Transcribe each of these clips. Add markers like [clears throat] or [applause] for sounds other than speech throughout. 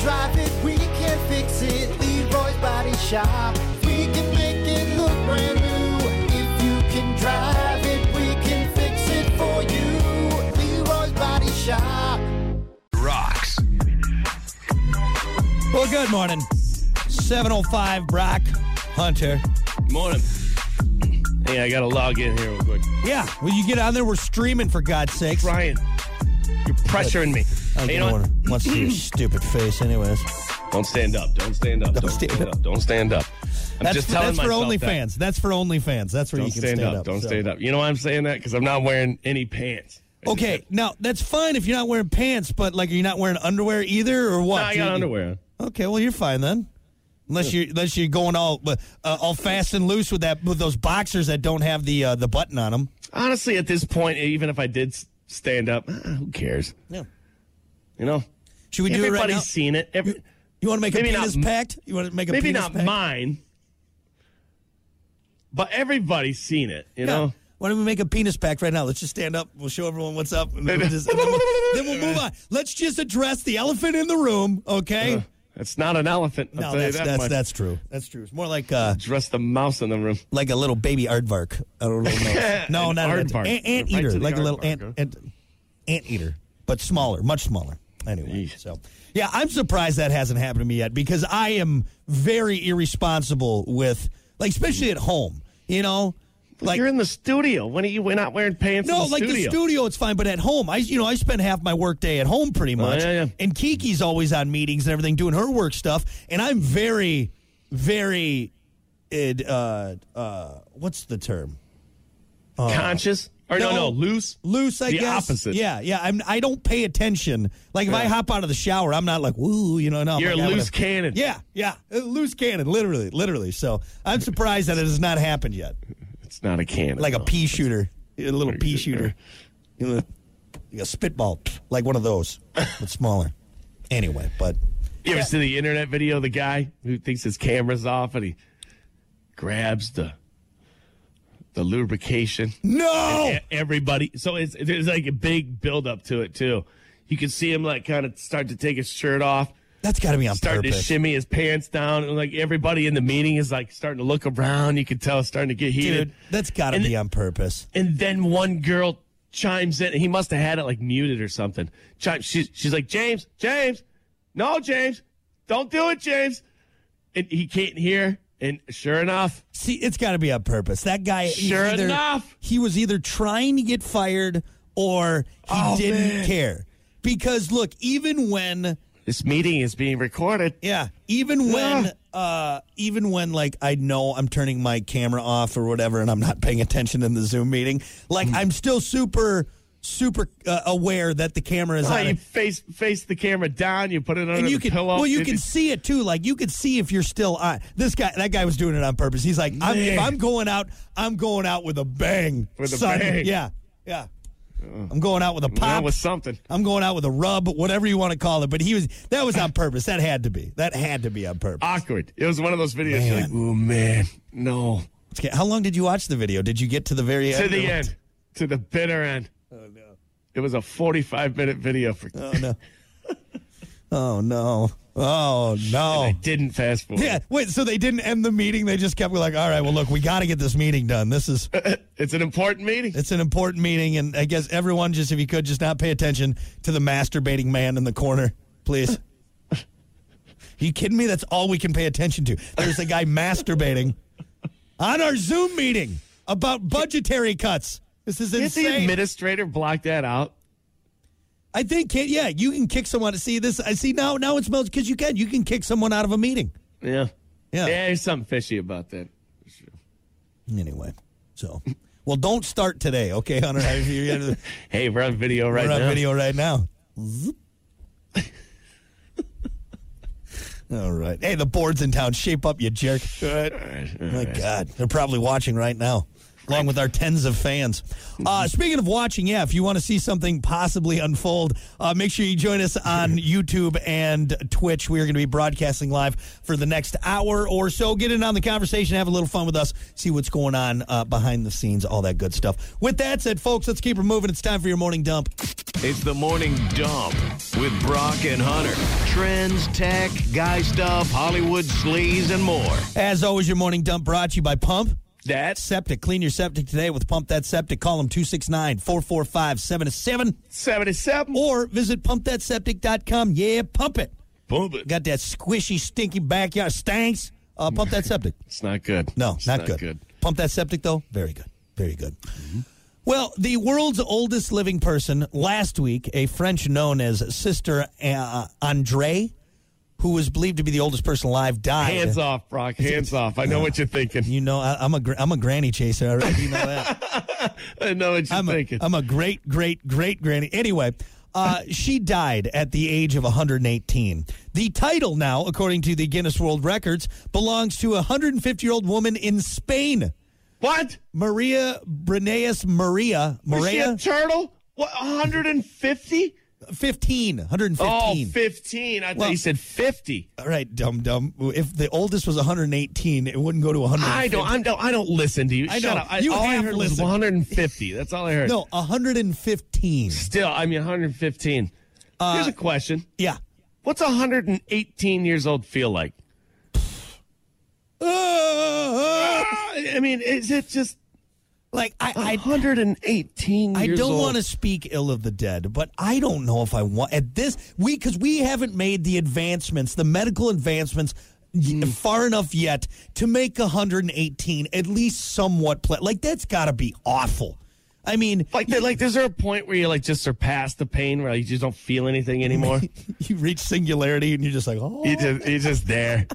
drive it, we can fix it. Leroy's Body Shop. We can make it look brand new. If you can drive it, we can fix it for you. Leroy's Body Shop. Rocks. Well, good morning. 705 Brock Hunter. Morning. Hey, I gotta log in here real quick. Yeah, will you get on there? We're streaming, for God's sakes. Oh, Ryan, you're pressuring me. I Hey, you don't know what? want to see [clears throat] your stupid face, anyways. Don't stand up. Don't stand up. Don't, stand stand, up. up. Don't stand up. I'm That's, just telling that's for myself that. OnlyFans. That's for OnlyFans. That's where Don't you can stand, up. Don't so. stand up. You know why I'm saying that? Because I'm not wearing any pants. I just Okay, have- now that's fine if you're not wearing pants, but like, are you not wearing underwear either, or what? Nah, I You- got you- underwear. on. Okay, well you're fine then. Unless you unless you're going all uh, all fast and loose with that with those boxers that don't have the uh, the button on them. Honestly, at this point, even if I did s- stand up, ah, who cares? Yeah. You know, Should we do it right everybody's now? seen it. Every, You want to make a Maybe not penis m- pact? You want to make a maybe penis not pact? mine, but everybody's seen it. You Yeah. know, Why don't we make a penis pact right now? Let's just stand up. We'll show everyone what's up. And then, [laughs] we'll just, and then, we'll, then we'll move on. Let's just address the elephant in the room, okay? it's not an elephant. I'll no, Uh, tell that's you that that's much. that's true. That's true. It's more like uh Dress the mouse in the room. like a little baby aardvark. I don't [laughs] know. No, An not an aardvark. ant, ant Right eater, to the like a little aardvark, ant, huh? ant ant eater, but smaller, much smaller. Anyway, Yeesh. so yeah, I'm surprised that hasn't happened to me yet because I am very irresponsible with like especially at home. You know, like You're in the studio. When are you? We're not wearing pants. no, in the like studio. the studio, it's fine. But at home, I you know I spend half my work day at home pretty much. Oh, yeah, yeah. And Kiki's always on meetings and everything, doing her work stuff. And I'm very, very, it, uh, uh, what's the term? Uh, Conscious or no, No. no, loose. Loose, I The guess. opposite. Yeah, yeah. I'm. I don't pay attention. Like if I Yeah. hop out of the shower, I'm not like woo, you know. No, I'm You're like, a I loose would've- cannon. Yeah, yeah, a loose cannon, literally, literally. So I'm surprised that it has not happened yet. It's not a cannon. Like a no. pea shooter, a little pea shooter. You know, like a spitball, like one of those, but smaller. Anyway, but You ever see the internet video of the guy who thinks his camera's off and he grabs the the lubrication? no, E- Everybody. So it's there's like a big buildup to it too. You can see him like kind of start to take his shirt off, that's got to be on starting to purpose. shimmy his pants down, and like everybody in the meeting is like starting to look around. You can tell it's starting to get heated. Dude, that's got to And be th- on purpose. And then one girl chimes in. He must have had it like muted or something. Chimes, she's, she's like, James, James, no, James, don't do it, James. And he can't hear. And sure enough, See, it's got to be on purpose. That guy, he Sure either- enough. he was either trying to get fired or he didn't care. Because look, even when this meeting is being recorded. yeah, even when uh even when like I know I'm turning my camera off or whatever and I'm not paying attention in the Zoom meeting, like Mm. I'm still super super uh, aware that the camera is Oh, on. you it. face face the camera down. You put it under And you the can pillow. well, you It- can see it too. Like you can see if you're still on. This guy, that guy was doing it on purpose. He's like, I'm, if Man. I'm going out, I'm going out with a bang. With a son. bang. Yeah, yeah. I'm going out with a that pop. was something. I'm going out with a rub, whatever you want to call it. But he was that was on purpose. That had to be. That had to be on purpose. Awkward. It was one of those videos. You're Man. like, oh man, no. Okay, How long did you watch the video? Did you get to the very end? To the or- end, to the bitter end. Oh no. It was a 45 minute video for. Oh no. oh no. Oh no. I didn't fast forward. yeah. Wait. So they didn't end the meeting. They just kept like, all right. Well, look, we got to get this meeting done. This is. It's an important meeting. It's an important meeting, and I guess everyone just, if you could, just not pay attention to the masturbating man in the corner, please. [laughs] you kidding me? That's all we can pay attention to. There's a guy masturbating on our Zoom meeting about budgetary cuts. This is Did the insane. administrator block that out? I think, can yeah, you can kick someone. See this? I see now. Now it smells because you can. You can kick someone out of a meeting. Yeah. Yeah. Yeah, there's something fishy about that. Anyway, so well, don't start today, okay, Hunter? [laughs] If you're- Hey, we're on video right We're on now. video right now. [laughs] Zoop. All right. Hey, the board's in town. Shape up, you jerk. All right, all My right. God. They're probably watching right now. along with our tens of fans. [laughs] Uh, speaking of watching, yeah, if you want to see something possibly unfold, uh, make sure you join [laughs] us on YouTube and Twitch. We are going to be broadcasting live for the next hour or so. Get in on the conversation, have a little fun with us, see what's going on uh, behind the scenes, all that good stuff. With that said, folks, let's keep her moving. It's time for your morning dump. It's the morning dump with Brock and Hunter. Trends, tech, guy stuff, Hollywood sleaze, and more. As always, your morning dump brought to you by Pump. That's Septic. Clean your septic today with Pump That Septic. Call them 269 445 77 77. or visit pumpthatseptic.com. Yeah, pump it. Boom. it. Got that squishy, stinky backyard stinks. Uh, pump that septic. It's not good. No, It's not, good. Pump that septic, though. Very good. Very good. Well, the world's oldest living person last week, a French known as Sister uh, Andre, who was believed to be the oldest person alive, died. Hands off, Brock. Hands off. I know what you're thinking. You know, I, I'm a gr- I'm a granny chaser. I already know that. I know what you're I'm a, thinking. I'm a great, great, great granny. Anyway, uh, she died at the age of 118. The title now, according to the Guinness World Records, belongs to a 150 year old woman in Spain, what? Maria Breneas Maria Is she a Maria turtle? What, 150? 15 115. Oh, 15. I thought Well- you said 50. All right, dumb dumb. If the oldest was 118, it wouldn't go to 100. I don't, I'm, no, I don't listen to you. I Shut know. up. I, You all I have heard was listened. 150. That's all I heard. No, 115. Still, I mean, 115. Uh, Here's a question. Yeah. What's 118 years old feel like? Ah, I mean, is it just Like I, Uh-huh. I 118 I years don't old? want to speak ill of the dead, but I don't know if I want at this we because we haven't made the advancements, the medical advancements. y- Mm. Far enough yet to make 118 at least somewhat play. Like that's got to be awful. I mean, Like, th- like, is there a point where you like just surpass the pain where you just don't feel anything [laughs] anymore? [laughs] you reach singularity and you're just like, oh, you just, you're just there.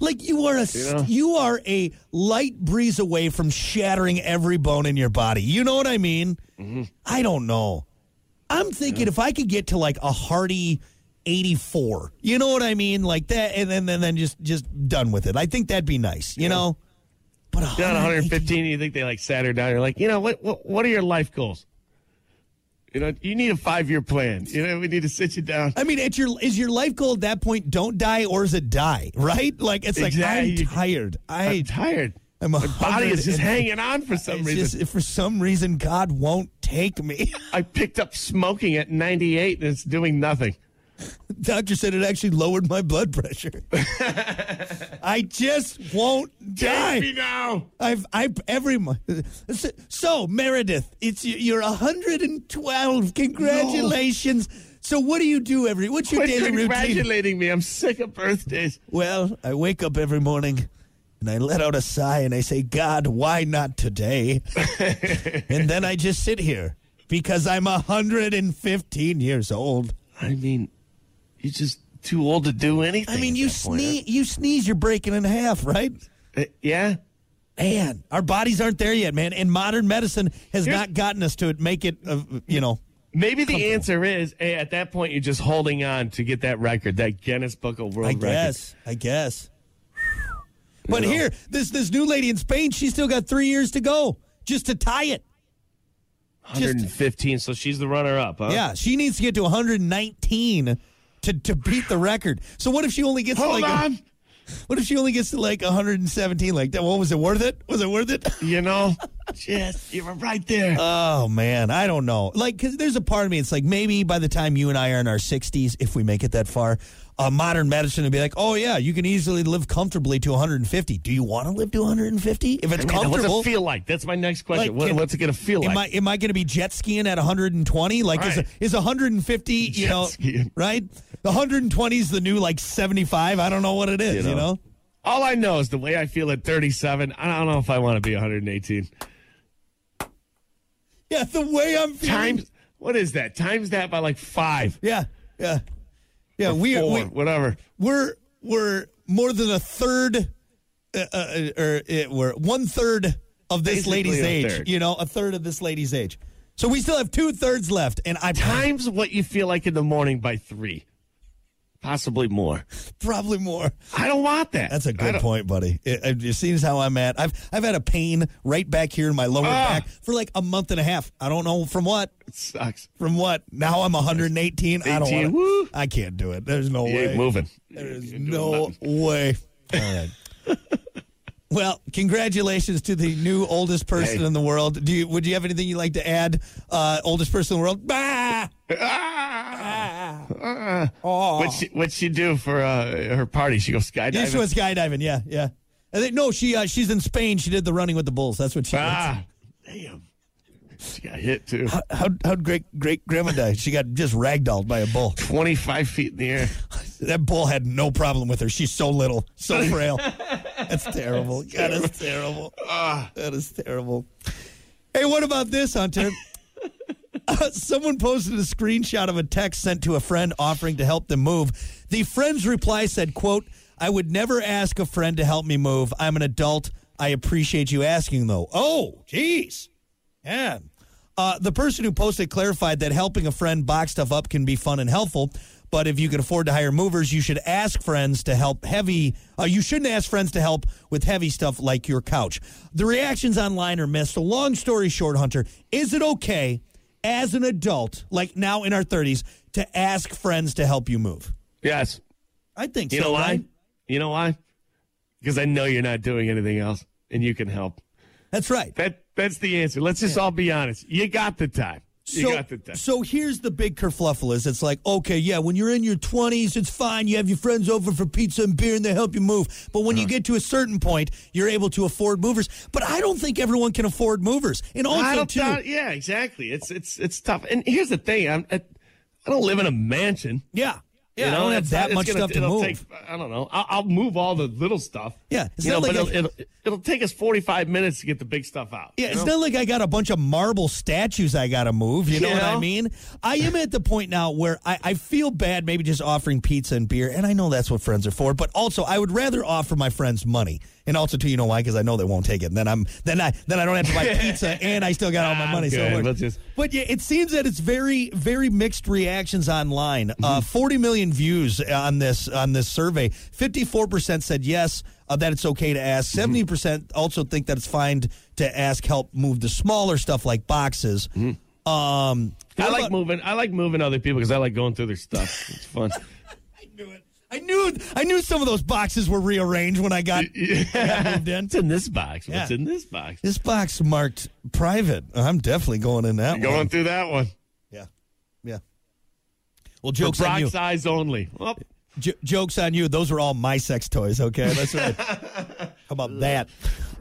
like you are a s- You know? you are a light breeze away from shattering every bone in your body. You know what I mean? Mm-hmm. I don't know. I'm thinking if I could get to like a hearty 84, you know what I mean, like that, and then then, then just just done with it. I think that'd be nice, you know. But You're not 150. 115. You think they like sat her down? You're like, you know what? What, what are your life goals? You know, you need a five year plan. You know, we need to sit you down. I mean, at your is your life goal at that point? Don't die, or is it die? [laughs] Right? Like it's like I'm Exactly. tired. I I'm tired. I'm My body is just 150. hanging on for some it's reason. just- for some reason God won't take me. [laughs] I picked up smoking at 98 and it's doing nothing. doctor said it actually lowered my blood [laughs] pressure. I just won't die. now. I've I every month. So, so, Meredith, it's y- you're 112. Congratulations. So what do you do every? What's your Quit daily routine? congratulating me. I'm sick of birthdays. Well, I wake up every morning. And I let out a sigh and I say, God, why not today? [laughs] and then I just sit here because I'm 115 years old. I mean, you're just too old to do anything. I mean, at you that point, sneeze, you sneeze, you're breaking in half, right? huh? Uh, yeah. Man, our bodies aren't there yet, man. And modern medicine has Here's- not gotten us to it. Make it, uh, you know. Maybe the answer is hey, at that point, you're just holding on to get that record, that Guinness Book of World I Records. guess. I guess. But here, this this new lady in Spain, she's still got three years to go just to tie it. 115, so she's the runner up, huh? Yeah, she needs to get to 119 to to beat the record. So what if she only gets Hold to like on. what if she only gets to like 117? Like that? What was it worth it? Was it worth it? You know? [laughs] yes, you were right there. Oh man, I don't know. Like, 'cause there's a part of me. It's like maybe by the time you and I are in our 60s, if we make it that far, uh, modern medicine would be like, oh yeah, you can easily live comfortably to 150. Do you want to live to 150? If it's I mean, what's comfortable, it feel like? That's my next question. Like, What- can- what's it going to feel like? am I am I going to be jet skiing at 120? Like, is Right. is 150? You Jet know, skiing. right? The 120 is the new like 75. I don't know what it is. You know. know. All I know is the way I feel at 37. I don't know if I want to be 118 Yeah, the way I'm feeling. times. What is that? Times that by like five, Yeah, yeah, yeah. we are. four, we- whatever. we're we're more than a third, uh, uh, or uh, we're one third of this Basically lady's a age. third. You know, a third of this lady's age. So we still have two thirds left, and I Times what you feel like in the morning by three. Possibly more. [laughs] Probably more. I don't want that. That's a I good don't- point, buddy. It, it, it seems how I'm at. I've I've had a pain right back here in my lower Ah. back for like a month and a half. I don't know from what. It sucks. From what? Now I'm 118. I don't 18, want woo. I can't do it. There's no You way. ain't moving. There You is ain't doing no nothing. [laughs] way. [laughs] All right. well, congratulations to the new oldest person Hey. in the world. Do you, would you have anything you'd like to add? Uh, oldest person in the world. Bah! Ah! Ah! Oh. What'd she, what'd she do for uh, her party? She goes skydiving. Yeah, she went skydiving. Yeah, yeah. I think, no, she uh, she's in Spain. She did the running with the bulls. That's what she did. ah, damn. She got hit too. How how'd great great grandma die? She got just ragdolled by a bull. 25 feet in the air. That bull had no problem with her. She's so little, [laughs] so frail. That's terrible. God, that's terrible. Ah. That is terrible. Hey, what about this, [laughs] Hunter? Uh, someone posted a screenshot of a text sent to a friend offering to help them move. The friend's reply said, quote, I would never ask a friend to help me move. I'm an adult. I appreciate you asking, though. Oh, jeez. Yeah. Uh, the person who posted clarified that helping a friend box stuff up can be fun and helpful, but if you can afford to hire movers, you should ask friends to help heavy. Uh, you shouldn't ask friends to help with heavy stuff like your couch. The reactions online are missed. So, long story short, Hunter, is it okay as an adult, like now in our 30s, to ask friends to help you move? Yes. I think You so. know why? right? You know why? Because I know you're not doing anything else and you can help. That's right. That That's the answer. Let's just all be honest. You got the time. You got the time. so here's the big kerfluffle is it's like, okay, yeah, when you're in your 20s, it's fine. You have your friends over for pizza and beer and they help you move. But Uh-huh. when you get to a certain point, you're able to afford movers. But I don't think everyone can afford movers. And also, I don't too, doubt- yeah, exactly. It's it's it's tough. And here's the thing. I'm, I, I don't live in a mansion. yeah. Yeah, you I know? don't have It's- that it's much gonna- stuff to it'll move. take- I don't know. I'll, I'll move all the little stuff. Yeah, it's you not know, like but I- it'll, it'll, it'll take us 45 minutes to get the big stuff out. Yeah, you it's know? not like I got a bunch of marble statues I got to move. You know You what I know? mean? I am at the point now where I, I feel bad maybe just offering pizza and beer, and I know that's what friends are for. But also, I would rather offer my friends money, and also too, you know why? Because I know they won't take it. And then I'm then I then I don't have [laughs] to buy pizza, and I still got all Oh, my I'm money. So it good. works. Let's just- But yeah, it seems that it's very, very mixed reactions online. Uh, Forty million views on this on this survey. Fifty-four percent said yes uh, that it's okay to ask. Seventy percent also think that it's fine to ask help move the smaller stuff like boxes. Um, I what like about- moving. I like moving other people because I like going through their stuff. It's [laughs] fun. I knew it. I knew. I knew some of those boxes were rearranged when I [laughs] got, I got moved in. What's in this box? What's Yeah. in this box? This box marked private. I'm definitely going in that one. Going through that one. Yeah, yeah. Well, For jokes on you. Brock's eyes only. Well, J- jokes on you. Those were all my sex toys. Okay, that's right. How about that?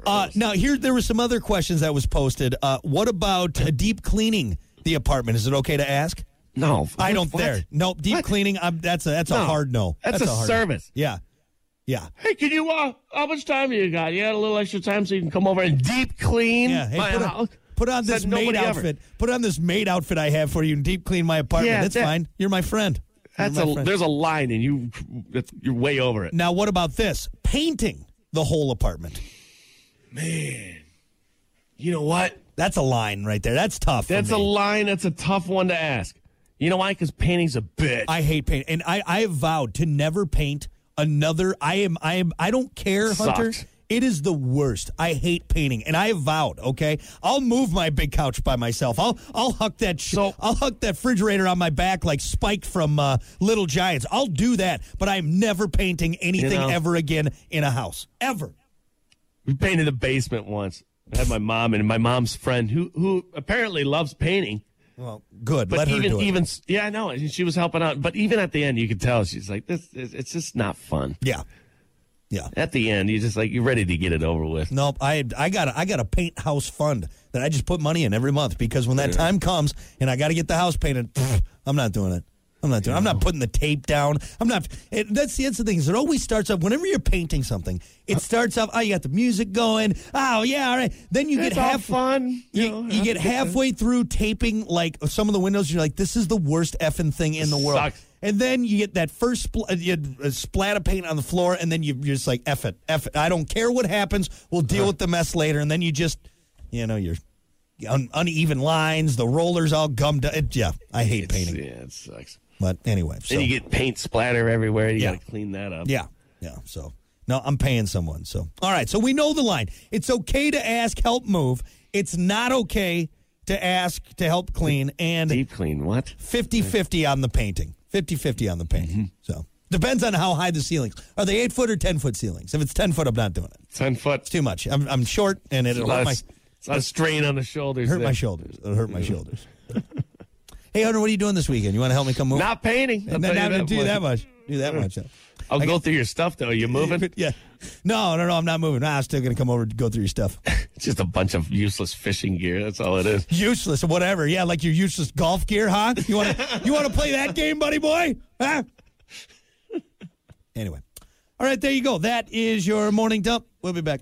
Uh, now here, there were some other questions that was posted. Uh, what about uh, deep cleaning the apartment? Is it okay to ask? no, I don't What? dare. Nope. Deep cleaning. I'm, that's a that's a No. hard no. That's a hard service. No. Yeah, yeah. Hey, can you? Uh, how much time you got? You got a little extra time so you can come over and deep clean Yeah, hey, my put, on, house. put on Said this maid nobody ever. outfit. Put on this maid outfit I have for you and deep clean my apartment. Yeah, That's that- fine. You're my friend. You're That's my a. friend. There's a line, and you, that's, you're way over it. Now, what about this? Painting the whole apartment. You know what? That's a line right there. That's tough. for That's a me. line. That's a tough one to ask. You know why? Because painting's a bitch. I hate paint, and I I have vowed to never paint another. I am I am I don't care, Sucks. Hunter. It is the worst. I hate painting, and I have vowed. Okay, I'll move my big couch by myself. I'll I'll huck that sh- So- I'll huck that refrigerator on my back like Spike from uh, Little Giants. I'll do that, but I'm never painting anything know- ever again in a house ever. We painted the basement once. I had my mom and my mom's friend who who apparently loves painting. Well, good. But Let her even do it. even yeah, I know. and She was helping out, but even at the end, you could tell she's like, "This is it's just not fun." yeah, yeah. At the end, you're just like you're ready to get it over with. Nope. I I got a, I got a paint house fund that I just put money in every month because when that time comes and I got to get the house painted, pff, I'm not doing it. I'm not doing. it. I'm not putting the tape down. I'm not. It, that's the that's the thing is it always starts off whenever you're painting something. Uh. It starts off. Oh, you got the music going. Oh yeah, all right. Then you It's get all half fun, You, you know, you get halfway through taping like some of the windows. You're like, this is the worst effing thing in the world. Sucks. And then you get that first spl- uh, you uh, splat of paint on the floor, and then you, you're just like, F it, F it. I don't care what happens. We'll Uh-huh. deal with the mess later. And then you just, you know, your un- uneven lines, the rollers all gummed up. It- yeah, I hate It's- painting. Yeah, it sucks. But anyway, so Then you get paint splatter everywhere. You Yeah. got to clean that up. yeah, yeah. So no, I'm paying someone. So all right, so we know the line. It's okay to ask help move. It's not okay to ask to help clean and Deep clean. What? 50-50 on the painting. 50-50 on the painting. Mm-hmm. So depends on how high the ceilings are. They eight foot or ten foot ceilings? If it's ten foot, I'm not doing it. Ten foot. It's too much. I'm I'm short and It's a it'll lot hurt of- my it's a lot of strain on the shoulders. hurt my there. shoulders. It'll hurt my shoulders. [laughs] hey Hunter, what are you doing this weekend? You want to help me come move? Not painting. I'll No, tell you not that do much. that much. Do that much. I'll go through your stuff though. You moving? [laughs] Yeah. No, no, no. I'm not moving. Nah, I'm still gonna come over to go through your stuff. It's just a bunch of useless fishing gear. That's all it is. useless or whatever. Yeah, like your useless golf gear, huh? You want to you want to play that game, buddy boy? Huh? Anyway, all right, there you go. That is your morning dump. We'll be back.